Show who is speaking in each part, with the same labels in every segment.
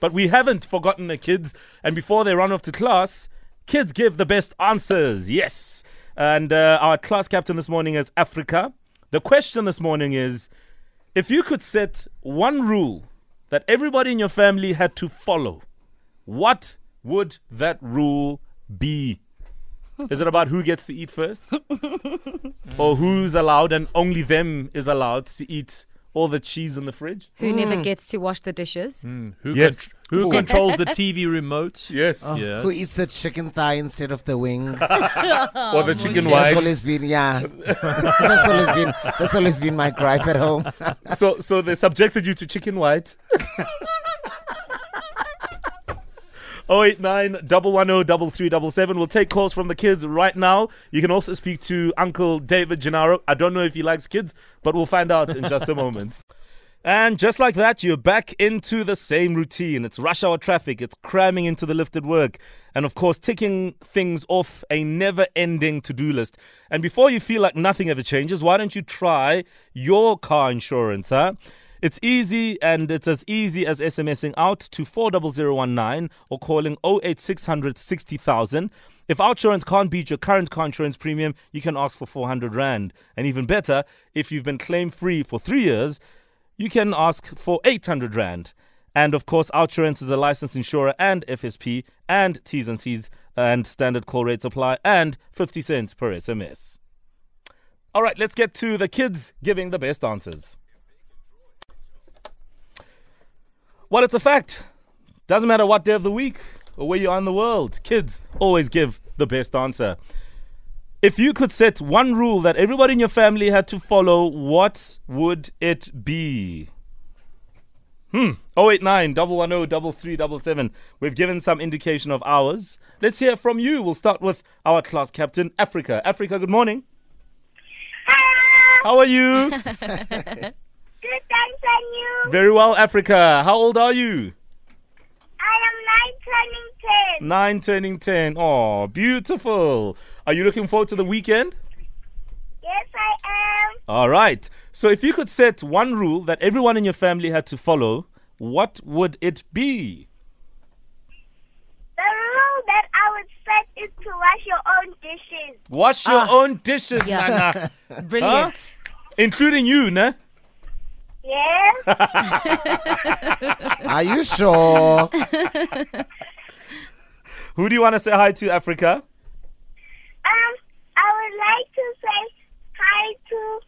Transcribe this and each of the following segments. Speaker 1: But we haven't forgotten the kids. And before they run off to class, kids give the best answers. Yes. And uh, our class captain this morning is Africa. The question this morning is if you could set one rule that everybody in your family had to follow, what would that rule be? Is it about who gets to eat first? or who's allowed and only them is allowed to eat all the cheese in the fridge?
Speaker 2: Who never
Speaker 3: Mm.
Speaker 2: gets to wash the dishes?
Speaker 3: Who,
Speaker 1: Yes.
Speaker 3: contr- who controls the TV remote?
Speaker 1: Yes.
Speaker 3: Yes.
Speaker 4: Who eats the chicken thigh instead of the wing?
Speaker 1: Or the chicken
Speaker 4: That's
Speaker 1: wings.
Speaker 4: always been, yeah. that's always been, that's always been my gripe at home.
Speaker 1: So, so they subjected you to chicken white. Oh eight nine double one oh double three double seven. We'll take calls from the kids right now. You can also speak to Uncle David Gennaro. I don't know if he likes kids, but we'll find out in just a moment. And just like that, you're back into the same routine. It's rush hour traffic, it's cramming into the lifted work, and of course, ticking things off a never ending to do list. And before you feel like nothing ever changes, why don't you try your car insurance, huh? It's easy and it's as easy as SMSing out to 40019 or calling 08600 60000. If OutSurance can't beat your current car insurance premium, you can ask for 400 Rand. And even better, if you've been claim free for three years, you can ask for 800 Rand. And of course, OutSurance is a licensed insurer and FSP and T's and C's and standard call rates apply and 50 cents per SMS. All right, let's get to the kids giving the best answers. Well, it's a fact. Doesn't matter what day of the week or where you are in the world, kids always give the best answer. If you could set one rule that everybody in your family had to follow, what would it be? Hmm. 089 110 3377. We've given some indication of ours. Let's hear from you. We'll start with our class captain, Africa. Africa, good morning. How are you?
Speaker 5: Good thanks on you.
Speaker 1: Very well, Africa. How old are you?
Speaker 5: I am nine turning ten.
Speaker 1: Nine turning 10. Oh, beautiful. Are you looking forward to the weekend?
Speaker 5: Yes, I am.
Speaker 1: All right. So, if you could set one rule that everyone in your family had to follow, what would it be?
Speaker 5: The rule that I would set is to wash your own dishes.
Speaker 1: Wash your own dishes,
Speaker 2: yeah.
Speaker 1: Nana.
Speaker 2: Brilliant.
Speaker 1: Including you, ne?
Speaker 5: Yes.
Speaker 4: Are you sure?
Speaker 1: Who do you want to say hi to, Africa?
Speaker 5: um, I would like to say hi to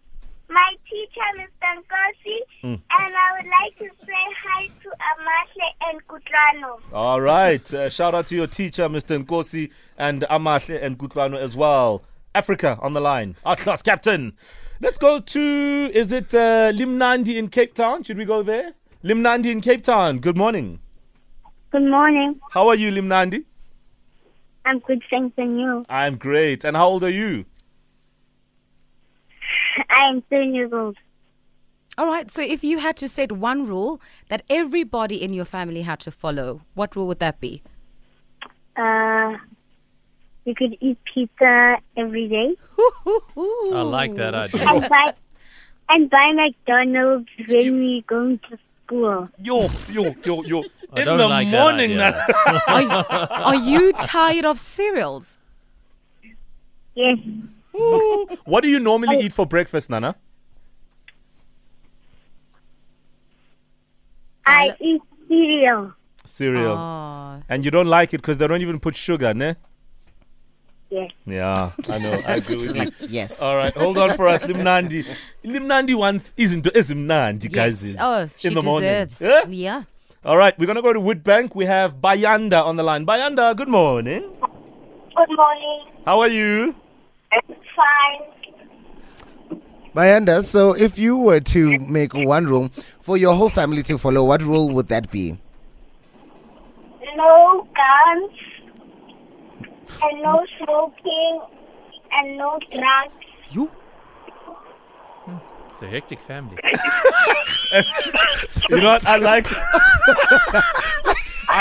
Speaker 5: my teacher, Mr. Ngosi, and I would like to say hi to Amasle and Kutrano.
Speaker 1: All right. Uh, shout out to your teacher, Mr. Nkosi, and Amahle and Gutlano as well. Africa on the line. Our class captain. Let's go to, is it uh, Limnandi in Cape Town? Should we go there? Limnandi in Cape Town. Good morning.
Speaker 5: Good morning.
Speaker 1: How are you, Limnandi?
Speaker 5: I'm good, thanks, and you?
Speaker 1: I'm great. And how old are you?
Speaker 5: I am ten years old.
Speaker 2: All right. So if you had to set one rule that everybody in your family had to follow, what rule would that be?
Speaker 5: Uh, you could eat pizza every day.
Speaker 3: I like that idea.
Speaker 5: and buy and buy McDonald's when we going to school.
Speaker 1: Yo, yo, yo, yo.
Speaker 3: I
Speaker 1: In
Speaker 3: don't
Speaker 1: the
Speaker 3: like that
Speaker 1: morning,
Speaker 3: idea.
Speaker 1: Nana.
Speaker 2: Are you, are you tired of cereals?
Speaker 5: Yes,
Speaker 1: What do you
Speaker 2: Oh.
Speaker 1: normally eat for breakfast, Nana?
Speaker 5: I eat cereal.
Speaker 1: Cereal.
Speaker 2: Oh,
Speaker 1: And you don't like it because they don't even put sugar, ne?
Speaker 5: Yes.
Speaker 1: Yeah, I know. I agree with you.
Speaker 4: yes.
Speaker 1: All right, hold on for us, Limnandi. Limnandi wants izinto ezimnandi, guys.
Speaker 2: yes. Oh, she
Speaker 1: in the
Speaker 2: deserves.
Speaker 1: morning. Yeah?
Speaker 2: yeah.
Speaker 1: All right, we're going to go to Woodbank. We have Bayanda on the line. Bayanda, good morning.
Speaker 5: Good morning.
Speaker 1: How are you?
Speaker 5: Fine.
Speaker 4: Mayanda, so if you were to make one rule for your whole family to follow, what rule would that be?
Speaker 5: No guns and no smoking and no drugs.
Speaker 2: You.
Speaker 3: It's a hectic family.
Speaker 1: You know what? I like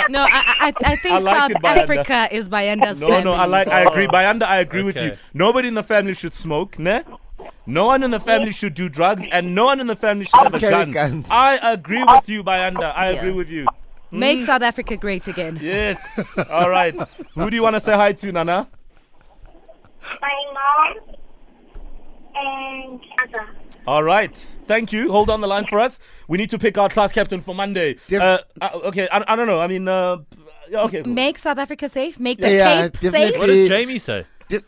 Speaker 2: No, I, I, I think
Speaker 1: I like it,
Speaker 2: South
Speaker 1: Bayanda.
Speaker 2: Africa is Bayanda's
Speaker 1: No, no, I like I agree. Bayanda, I agree with you.
Speaker 3: Okay.
Speaker 1: Nobody in the family should smoke, ne? No one in the family should do drugs and no one in the family should have a
Speaker 4: Carry
Speaker 1: gun.
Speaker 4: guns.
Speaker 1: I agree with you, Bayanda. I agree
Speaker 2: Yeah.
Speaker 1: with you.
Speaker 2: Make South Africa great again.
Speaker 1: Yes. All right. Who do you want to say hi to, Nana?
Speaker 5: my mom, and other.
Speaker 1: All right. Thank you. Hold on the line for us. We need to pick our class captain for Monday.
Speaker 4: Def-
Speaker 1: uh, uh, okay. I, I don't know. I mean, uh, yeah, okay. cool.
Speaker 2: Make South Africa safe. Make the
Speaker 4: Yeah,
Speaker 2: Cape
Speaker 4: definitely.
Speaker 2: safe.
Speaker 3: What does Jamie say?
Speaker 4: D-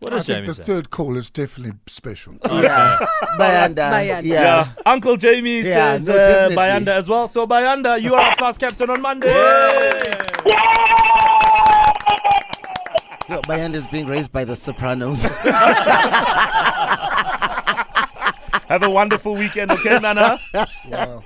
Speaker 3: What
Speaker 6: I
Speaker 3: does
Speaker 6: think
Speaker 3: Jamie
Speaker 6: the
Speaker 3: say?
Speaker 6: third call is definitely special.
Speaker 4: yeah. Bayanda.
Speaker 2: Bayanda.
Speaker 1: Yeah.
Speaker 4: Yeah.
Speaker 1: Uncle Jamie
Speaker 4: Yeah,
Speaker 1: says
Speaker 4: no,
Speaker 1: uh,
Speaker 4: definitely.
Speaker 1: Bayanda as well. So, Bayanda, you are our class captain on Monday.
Speaker 4: Yo, Bayanda is being raised by the Sopranos.
Speaker 1: Have a wonderful weekend, okay, Nana?
Speaker 6: Wow.